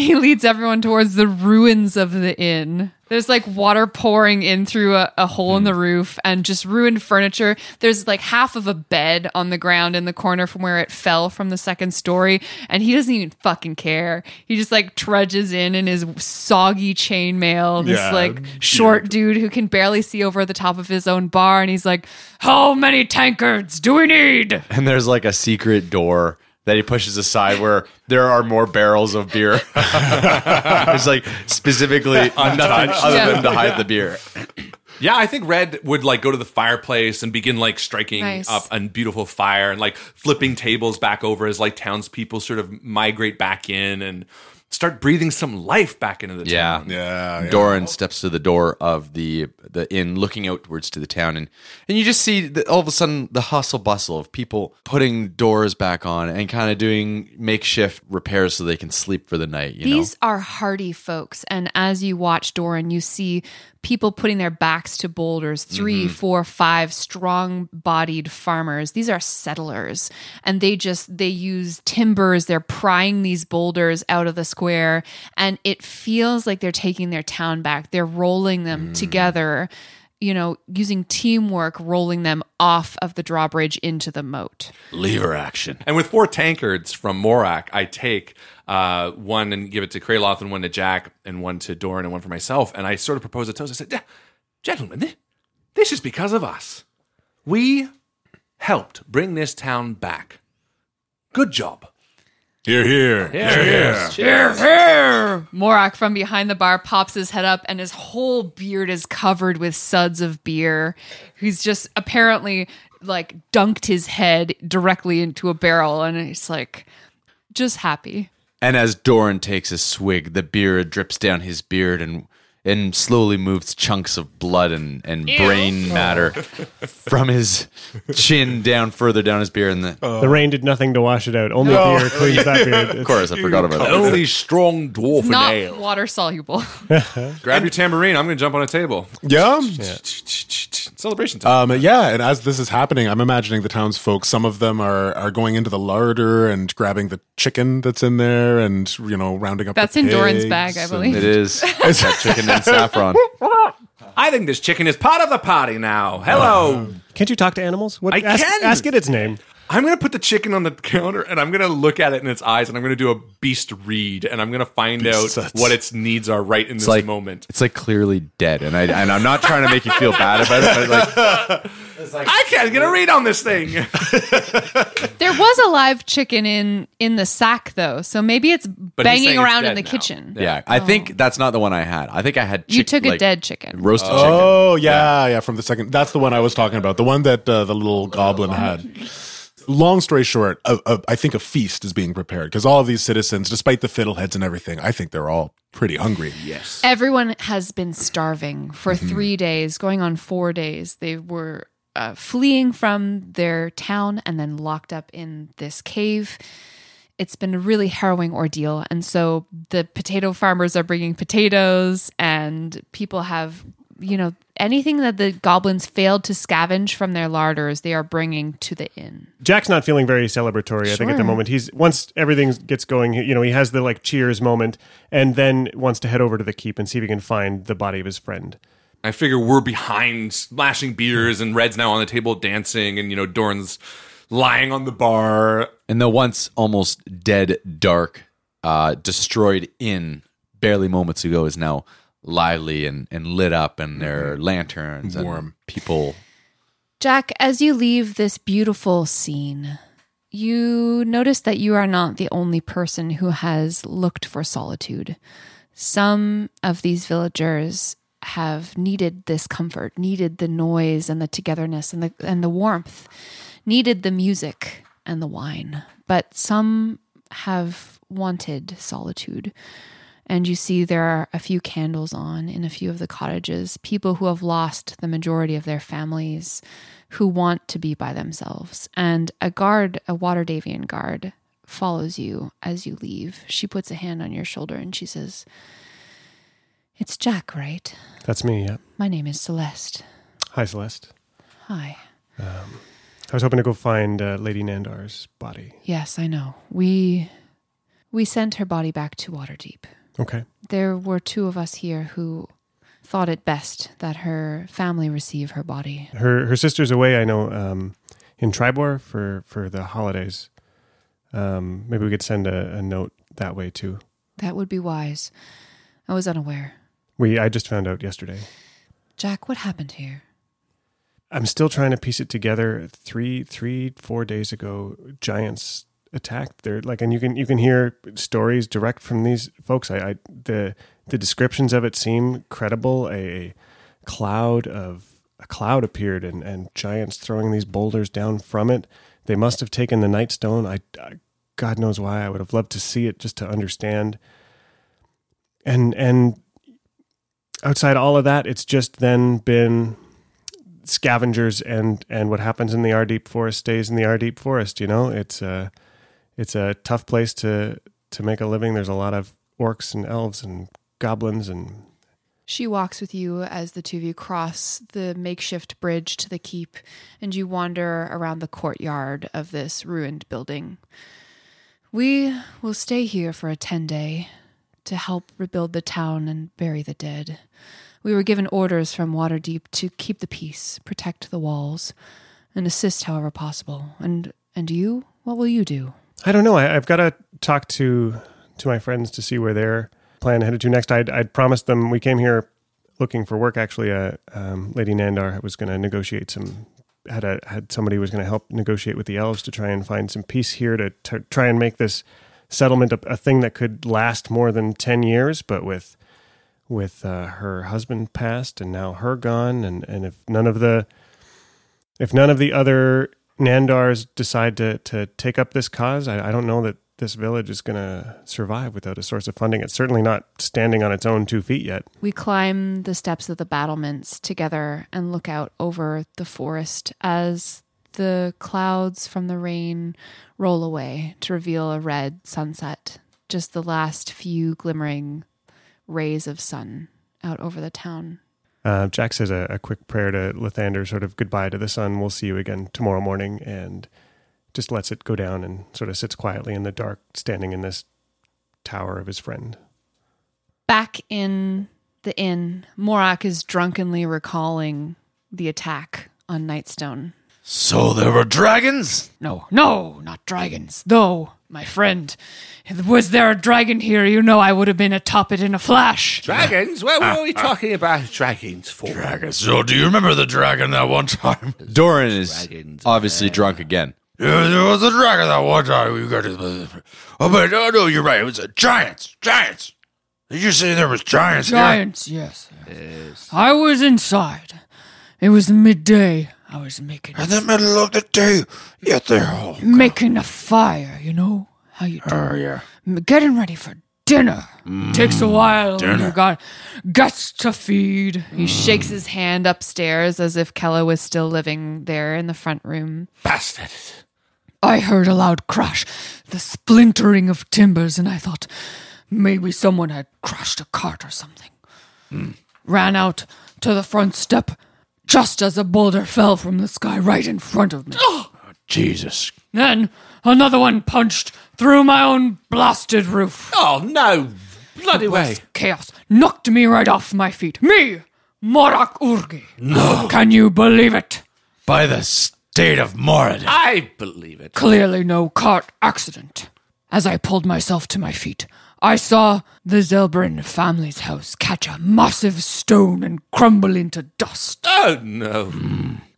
Speaker 4: [LAUGHS] he leads everyone towards the ruins of the inn. There's like water pouring in through a, a hole in the roof and just ruined furniture. There's like half of a bed on the ground in the corner from where it fell from the second story. And he doesn't even fucking care. He just like trudges in in his soggy chainmail, this
Speaker 8: Yeah,
Speaker 4: like short dude who can barely see over the top of his own bar. And he's like, How many tankards do we need?
Speaker 9: And there's like a secret door that he pushes aside where there are more barrels of beer. [LAUGHS] it's like specifically nothing
Speaker 7: [LAUGHS] Untouched.
Speaker 9: other
Speaker 7: Yeah.
Speaker 9: than to hide
Speaker 7: [LAUGHS]
Speaker 9: the beer.
Speaker 7: [CLEARS THROAT] Yeah, I think Red would like go to the fireplace and begin like striking
Speaker 4: Nice.
Speaker 7: up a beautiful fire and like flipping tables back over as like townspeople sort of migrate back in and start breathing some life back into the
Speaker 6: Yeah.
Speaker 7: town. Yeah, yeah.
Speaker 6: Doran steps to the door of the the inn, looking outwards to the town, and and you just see the, all of a sudden the hustle bustle of people putting doors back on and kind of doing makeshift repairs so they can sleep for the night. You
Speaker 4: These are hardy folks. And as you watch Doran, you see people putting their backs to boulders, three,
Speaker 7: Mm-hmm.
Speaker 6: Mhm.
Speaker 4: four, five strong bodied farmers. These are settlers. And they just, they use timbers. They're prying these boulders out of the square. And it feels like they're taking their town back. They're rolling
Speaker 7: Mm.
Speaker 4: them together, you know, using teamwork, rolling them off of the drawbridge into the moat.
Speaker 7: Lever action. And with four tankards from Morak, I take uh, one and give it to Kraloth and one to Jack and one to Doran and one for myself. And I sort of propose a toast. I said, "Yeah, Gentlemen, thi- this is because of us. We helped bring this town back. Good job.
Speaker 1: Here, here.
Speaker 7: Cheers. Cheers.
Speaker 4: Morak from behind the bar pops his head up, and his whole beard is covered with suds of beer. He's just apparently like dunked his head directly into a barrel, and he's like just happy.
Speaker 6: And as Doran takes a swig, the beer drips down his beard and and slowly moves chunks of blood and, and
Speaker 4: Ew. Oh.
Speaker 6: brain matter from his chin down further down his beard and the,
Speaker 2: The rain did nothing to wash it out. Only
Speaker 6: No.
Speaker 2: beer cleans that beard.
Speaker 6: [LAUGHS] Of course, I forgot about that.
Speaker 7: Only strong dwarf
Speaker 4: It's
Speaker 7: and
Speaker 4: not
Speaker 7: ale.
Speaker 4: water soluble. [LAUGHS]
Speaker 7: Grab your tambourine. I'm going to jump on a table.
Speaker 1: Yeah.
Speaker 7: Celebration
Speaker 1: Um, yeah, and as this is happening, I'm imagining the townsfolk. Some of them are are going into the larder and grabbing the chicken that's in there, and you know, rounding up.
Speaker 4: That's
Speaker 1: the
Speaker 4: in Doran's
Speaker 1: pigs
Speaker 4: bag, I
Speaker 1: and-
Speaker 4: believe.
Speaker 1: [LAUGHS]
Speaker 4: It
Speaker 6: is.
Speaker 1: It's
Speaker 6: that chicken and
Speaker 1: [LAUGHS]
Speaker 6: saffron.
Speaker 7: [LAUGHS] I think this chicken is part of the party now. Hello.
Speaker 2: Can't you talk to animals? What,
Speaker 7: I
Speaker 2: ask,
Speaker 7: can.
Speaker 2: ask it its name.
Speaker 7: I'm going to put the chicken on the counter and I'm going to look at it in its eyes and I'm going to do a beast read and I'm going to find out
Speaker 6: that's-
Speaker 7: what its needs are right in
Speaker 6: It's
Speaker 7: this
Speaker 6: like
Speaker 7: moment.
Speaker 6: It's like clearly dead, and I and I'm not trying to make you feel bad about it,
Speaker 7: [LAUGHS]
Speaker 6: but like
Speaker 7: I can't get a read on this thing.
Speaker 4: there was a live chicken in in the sack though, so maybe it's
Speaker 6: he's saying
Speaker 4: banging
Speaker 6: it's
Speaker 4: around in
Speaker 6: dead
Speaker 4: the
Speaker 6: now.
Speaker 4: kitchen.
Speaker 6: yeah, I
Speaker 4: Oh.
Speaker 6: think that's not the one I had. I think I had
Speaker 4: You took a
Speaker 6: like,
Speaker 4: dead chicken.
Speaker 6: roasted chicken.
Speaker 1: Oh yeah, yeah, From the second, that's the one I was talking about. The one that uh, the little goblin had. Long story short, a, a, I think a feast is being prepared because all of these citizens, despite the fiddleheads and everything, I think they're all pretty hungry.
Speaker 7: Yes.
Speaker 4: Everyone has been starving for three days, going on four days. They were uh, fleeing from their town and then locked up in this cave. It's been a really harrowing ordeal. And so the potato farmers are bringing potatoes, and people have, you know, anything that the goblins failed to scavenge from their larders, they are bringing to the inn.
Speaker 2: Jack's not feeling very celebratory. I think at the
Speaker 4: Sure.
Speaker 2: moment he's once everything gets going, you know, he has the like cheers moment, and then wants to head over to the keep and see if he can find the body of his friend.
Speaker 7: I figure we're behind slashing beers and Red's now on the table dancing and, you know, Dorn's lying on the bar.
Speaker 6: And the once almost dead, dark, uh, destroyed inn barely moments ago is now lively and, and lit up, and there
Speaker 9: Mm-hmm.
Speaker 6: are lanterns and
Speaker 1: Warm.
Speaker 6: people.
Speaker 4: Jack, as you leave this beautiful scene, you notice that you are not the only person who has looked for solitude. Some of these villagers have needed this comfort, needed the noise and the togetherness and the and the warmth, needed the music and the wine. But some have wanted solitude. And you see there are a few candles on in a few of the cottages, people who have lost the majority of their families who want to be by themselves. And a guard, a Waterdavian guard, follows you as you leave. She puts a hand on your shoulder and she says, It's Jack, right?
Speaker 2: That's me, yeah.
Speaker 4: My name is Celeste.
Speaker 2: Hi, Celeste.
Speaker 4: Hi.
Speaker 2: Um, I was hoping to go find uh, Lady Nandar's body.
Speaker 4: Yes, I know. We we sent her body back to Waterdeep.
Speaker 2: Okay.
Speaker 4: There were two of us here who thought it best that her family receive her body.
Speaker 2: Her her sister's away, I know, um, in Tribor for, for the holidays. Um, maybe we could send a, a note that way too.
Speaker 4: That would be wise. I was unaware.
Speaker 2: We I just found out yesterday.
Speaker 4: Jack, what happened here?
Speaker 2: I'm still trying to piece it together. Three, three, four days ago, giants attacked. They're like, and you can you can hear stories direct from these folks. I, I the the descriptions of it seem credible. A cloud of a cloud appeared, and and giants throwing these boulders down from it. They must have taken the night stone. I, I God knows why. I would have loved to see it just to understand. And and outside all of that, it's just then been scavengers and and what happens in the R deep forest stays in the R deep forest. You know, it's a it's a tough place to to make a living. There's a lot of orcs and elves and goblins and.
Speaker 4: She walks with you as the two of you cross the makeshift bridge to the keep, and you wander around the courtyard of this ruined building. We will stay here for a 10 day to help rebuild the town and bury the dead. We were given orders from Waterdeep to keep the peace, protect the walls, and assist however possible. And and you, what will you do?
Speaker 2: I don't know. I, I've got to talk to to my friends to see where their plan headed to next. I'd, I'd promised them we came here looking for work. Actually, uh, um, Lady Nandar was going to negotiate some. Had a had somebody who was going to help negotiate with the elves to try and find some peace here to t- try and make this settlement a, a thing that could last more than ten years. But with with uh, her husband passed and now her gone and, and if none of the if none of the other nandars decide to, to take up this cause I, I don't know that this village is going to survive without a source of funding it's certainly not standing on its own two feet yet
Speaker 4: We climb the steps of the battlements together and look out over the forest as the clouds from the rain roll away to reveal a red sunset, just the last few glimmering rays of sun out over the town.
Speaker 2: uh, jack says a, a quick prayer to lithander sort of goodbye to the sun we'll see you again tomorrow morning and just lets it go down and sort of sits quietly in the dark standing in this tower of his friend
Speaker 4: Back in the inn, Morak is drunkenly recalling the attack on Nightstone.
Speaker 5: So there were dragons?
Speaker 8: No, no, not dragons. Though, my friend, was there a dragon here, you know I would have been atop it in a flash.
Speaker 7: Dragons? What what are we talking about dragons for? Ah, Dragons.
Speaker 5: So do you remember the dragon that one time?
Speaker 6: [LAUGHS] Doran is obviously drunk again.
Speaker 5: Yeah, there was a dragon that one time. We got it. Oh, but no, no, you're right. It was a giants. Giants. Did you say there was giants? here?
Speaker 8: Giants, yes. I was inside. It was midday. I was making
Speaker 5: In the middle of the day, yet they're all
Speaker 8: making a fire, you know? How you do?
Speaker 5: Oh, yeah.
Speaker 8: M- Getting ready for dinner. Takes a while.
Speaker 4: dinner.
Speaker 8: You got guests to feed.
Speaker 4: He shakes his hand upstairs as if Kella was still living there in the front room.
Speaker 7: Bastard.
Speaker 8: I heard a loud crash, the splintering of timbers, and I thought maybe someone had crashed a cart or something.
Speaker 5: Hmm.
Speaker 8: Ran out to the front step just as a boulder fell from the sky right in
Speaker 5: [GASPS]
Speaker 8: front of me.
Speaker 5: Jesus.
Speaker 8: Then another one punched through my own blasted roof.
Speaker 7: Oh no! Bloody
Speaker 8: It was
Speaker 7: way.
Speaker 8: Chaos knocked me right off my feet. Me, Morak Urgi. No. Can you believe it?
Speaker 5: By the state of Moradin.
Speaker 7: I believe it.
Speaker 8: Clearly no cart accident. As I pulled myself to my feet, I saw the Zelbrin family's house catch a massive stone and crumble into dust.
Speaker 7: Oh no.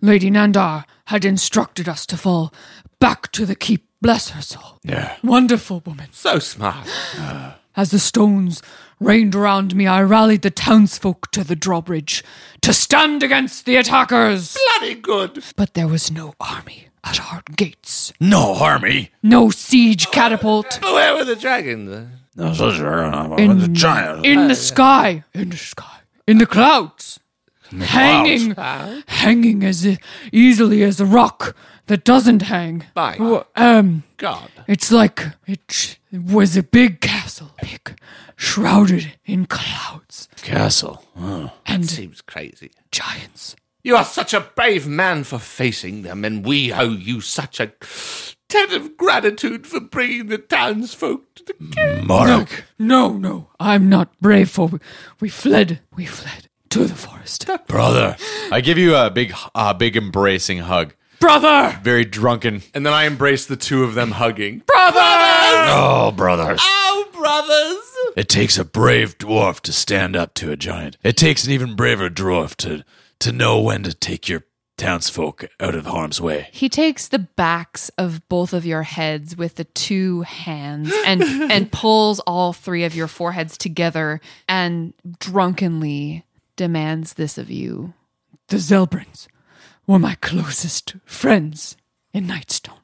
Speaker 8: Lady Nandar had instructed us to fall back to the keep Bless her soul.
Speaker 7: Yeah.
Speaker 8: Wonderful woman.
Speaker 7: So smart.
Speaker 8: As the stones rained around me, I rallied the townsfolk to the drawbridge to stand against the attackers.
Speaker 7: Bloody good.
Speaker 8: But there was no army at our gates.
Speaker 5: No army.
Speaker 8: No siege catapult.
Speaker 7: But where were the dragons?
Speaker 5: No, so sure, uh, In- the giant.
Speaker 8: In the sky. In the sky. In the clouds.
Speaker 5: the
Speaker 8: hanging.
Speaker 5: clouds.
Speaker 8: Hanging as e- easily as a rock that doesn't hang.
Speaker 7: By
Speaker 8: W- um,
Speaker 7: God.
Speaker 8: It's like it was a big castle. Big. Shrouded in clouds.
Speaker 5: Castle. Oh.
Speaker 7: That seems crazy.
Speaker 8: Giants.
Speaker 7: You are such a brave man for facing them, and we owe you such a debt of gratitude for bringing the townsfolk to the camp.
Speaker 5: Mark.
Speaker 8: No, no, I'm not brave, for we, we fled. We fled to the forest.
Speaker 6: brother. I give you a big, a big embracing hug.
Speaker 8: Brother!
Speaker 6: Very drunken.
Speaker 9: And then I embrace the two of them hugging.
Speaker 8: Brother!
Speaker 5: No, brother.
Speaker 8: Ah!
Speaker 7: Oh, brothers!
Speaker 5: It takes a brave dwarf to stand up to a giant. It takes an even braver dwarf to to know when to take your townsfolk out of harm's way.
Speaker 4: He takes the backs of both of your heads with the two hands
Speaker 8: [LAUGHS]
Speaker 4: and and pulls all three of your foreheads together and drunkenly demands this of you.
Speaker 8: The Zelbrins were my closest friends in Nightstone.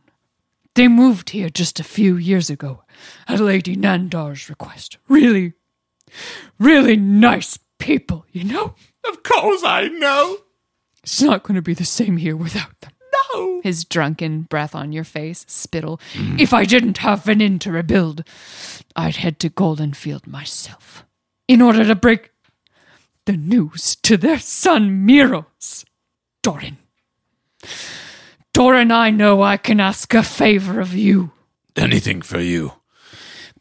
Speaker 8: They moved here just a few years ago at Lady Nandar's request. Really, really nice people, you know?
Speaker 7: Of course I know.
Speaker 8: It's not going to be the same here without them.
Speaker 7: No.
Speaker 4: His drunken breath on your face, spittle.
Speaker 8: If I didn't have Venin to rebuild, I'd head to Goldenfield myself in order to break the news to their son Miros. Doran. Doran, I know I can ask a favor of you.
Speaker 5: Anything for you.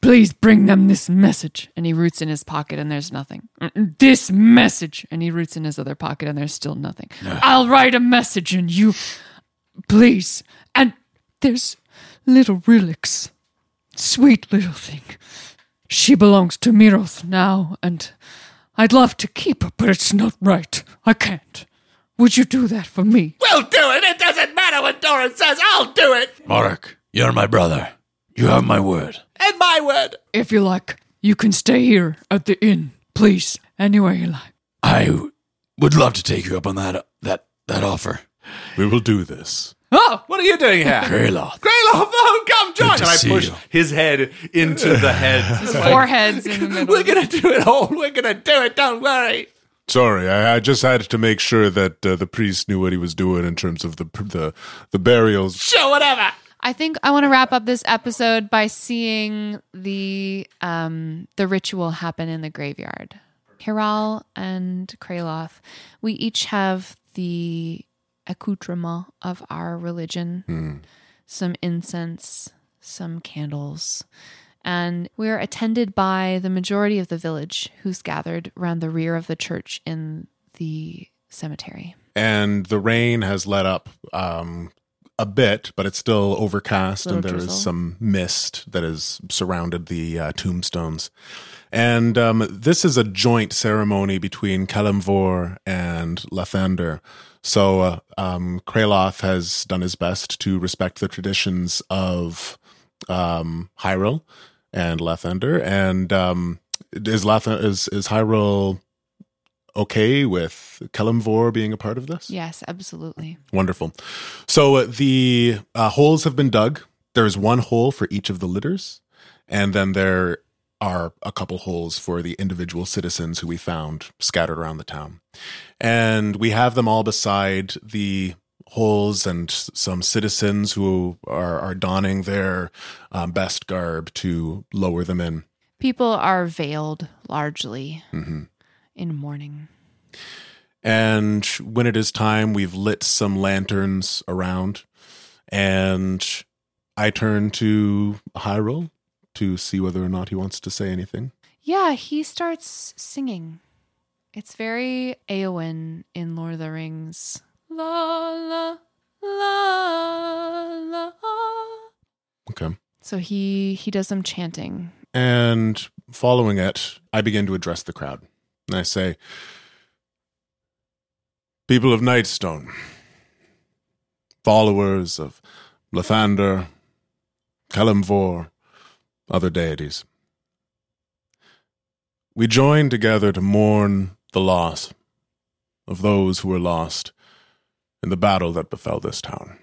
Speaker 8: Please bring them this message. And he roots in his pocket and there's nothing. This message. And he roots in his other pocket and there's still nothing. I'll write a message and you. Please. And there's little Relix. Sweet little thing. She belongs to Miros now and I'd love to keep her, but it's not right. I can't. Would you do that for me?
Speaker 7: We'll do it. It doesn't matter what Doran says. I'll do it.
Speaker 5: Mark, you're my brother. You have my word.
Speaker 7: And my word.
Speaker 8: If you like, you can stay here at the inn, please. Anywhere you like.
Speaker 5: I would love to take you up on that that that offer.
Speaker 1: We will do this.
Speaker 8: Oh,
Speaker 7: what are you doing here?
Speaker 5: Greyloth.
Speaker 7: Greyloth, oh, come join. And
Speaker 5: to
Speaker 7: I
Speaker 5: see
Speaker 7: push
Speaker 5: you.
Speaker 7: his head into the head. His
Speaker 4: forehead's in the
Speaker 7: [LAUGHS]
Speaker 4: middle.
Speaker 7: We're going to do it all. We're going to do it. Don't worry.
Speaker 1: Sorry, I, I just had to make sure that uh, the priest knew what he was doing in terms of the the the burials.
Speaker 7: Sure, whatever.
Speaker 4: I think I want to wrap up this episode by seeing the um, the ritual happen in the graveyard. Hiral and Kraloth, we each have the accoutrement of our religion,
Speaker 8: Hmm.
Speaker 4: some incense, some candles, and we are attended by the majority of the village, who's gathered around the rear of the church in the cemetery.
Speaker 1: And the rain has let up um, a bit, but it's still overcast, and
Speaker 4: Little
Speaker 1: there is
Speaker 4: drizzle.
Speaker 1: some mist that has surrounded the uh, tombstones. And um, this is a joint ceremony between Kalimvor and Lathander. So uh, um, Kraloth has done his best to respect the traditions of um, Hyrule and Lathander. And um, is, Lath- is, is Hyrule okay with Kalimvor being a part of this?
Speaker 4: Yes, absolutely.
Speaker 1: Wonderful. So uh, the uh, holes have been dug. There's one hole for each of the litters, and then there are a couple holes for the individual citizens who we found scattered around the town. And we have them all beside the holes and s- some citizens who are, are donning their um, best garb to lower them in.
Speaker 4: People are veiled largely
Speaker 1: hmm
Speaker 4: in mourning.
Speaker 1: And when it is time, we've lit some lanterns around. And I turn to Hyrule to see whether or not he wants to say anything.
Speaker 4: Yeah, he starts singing. It's very Eowyn in Lord of the Rings. La la la la.
Speaker 1: Okay.
Speaker 4: So he he does some chanting.
Speaker 1: And following it, I begin to address the crowd. And I say, People of Nightstone, followers of Lathander, Kalimvor, other deities. We join together to mourn the loss of those who were lost in the battle that befell this town.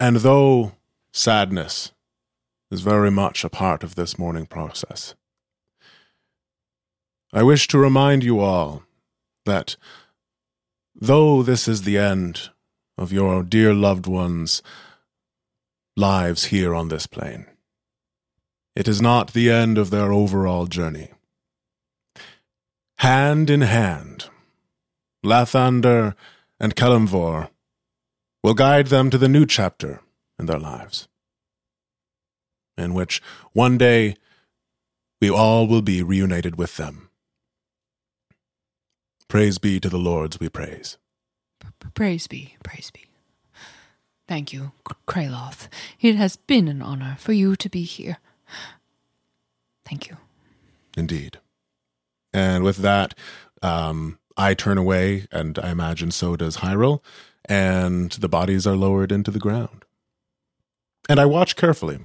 Speaker 1: And though sadness is very much a part of this mourning process, I wish to remind you all that though this is the end of your dear loved ones' lives here on this plane, it is not the end of their overall journey. Hand in hand, Lathander and Kalimvor will guide them to the new chapter in their lives, in which one day we all will be reunited with them. Praise be to the Lords we praise.
Speaker 8: Praise be, praise be. Thank you, K- Kraloth. It has been an honor for you to be here. Thank you.
Speaker 1: Indeed. And with that, um, I turn away, and I imagine so does Hyrule, and the bodies are lowered into the ground. And I watch carefully.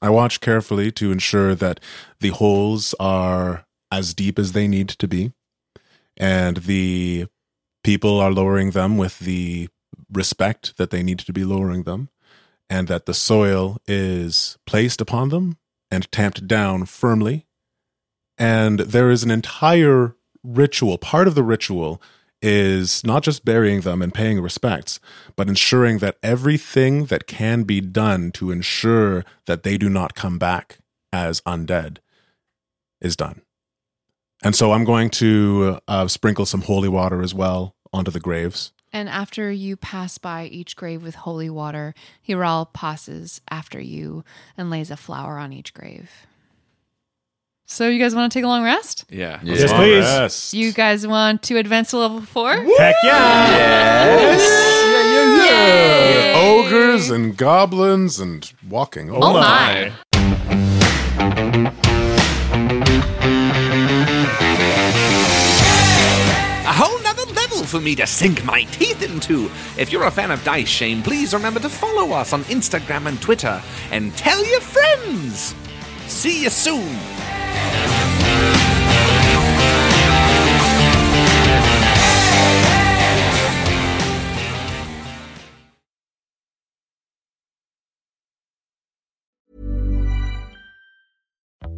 Speaker 1: I watch carefully to ensure that the holes are as deep as they need to be and the people are lowering them with the respect that they need to be lowering them, and that the soil is placed upon them and tamped down firmly. And there is an entire ritual. Part of the ritual is not just burying them and paying respects, but ensuring that everything that can be done to ensure that they do not come back as undead is done. And so I'm going to uh, sprinkle some holy water as well onto the graves.
Speaker 4: And after you pass by each grave with holy water, Hiral passes after you and lays a flower on each grave. So you guys want to take a long rest?
Speaker 7: Yeah.
Speaker 2: Yes, please.
Speaker 4: You guys want to advance to level four?
Speaker 2: Heck yeah!
Speaker 1: Yes. Ogres and goblins and walking.
Speaker 4: Oh Oh my.
Speaker 7: A whole nother level for me to sink my teeth into. If you're a fan of Dice Shame, please remember to follow us on Instagram and Twitter and tell your friends. See you soon.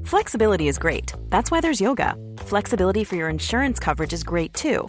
Speaker 10: Flexibility is great. That's why there's yoga. Flexibility for your insurance coverage is great too.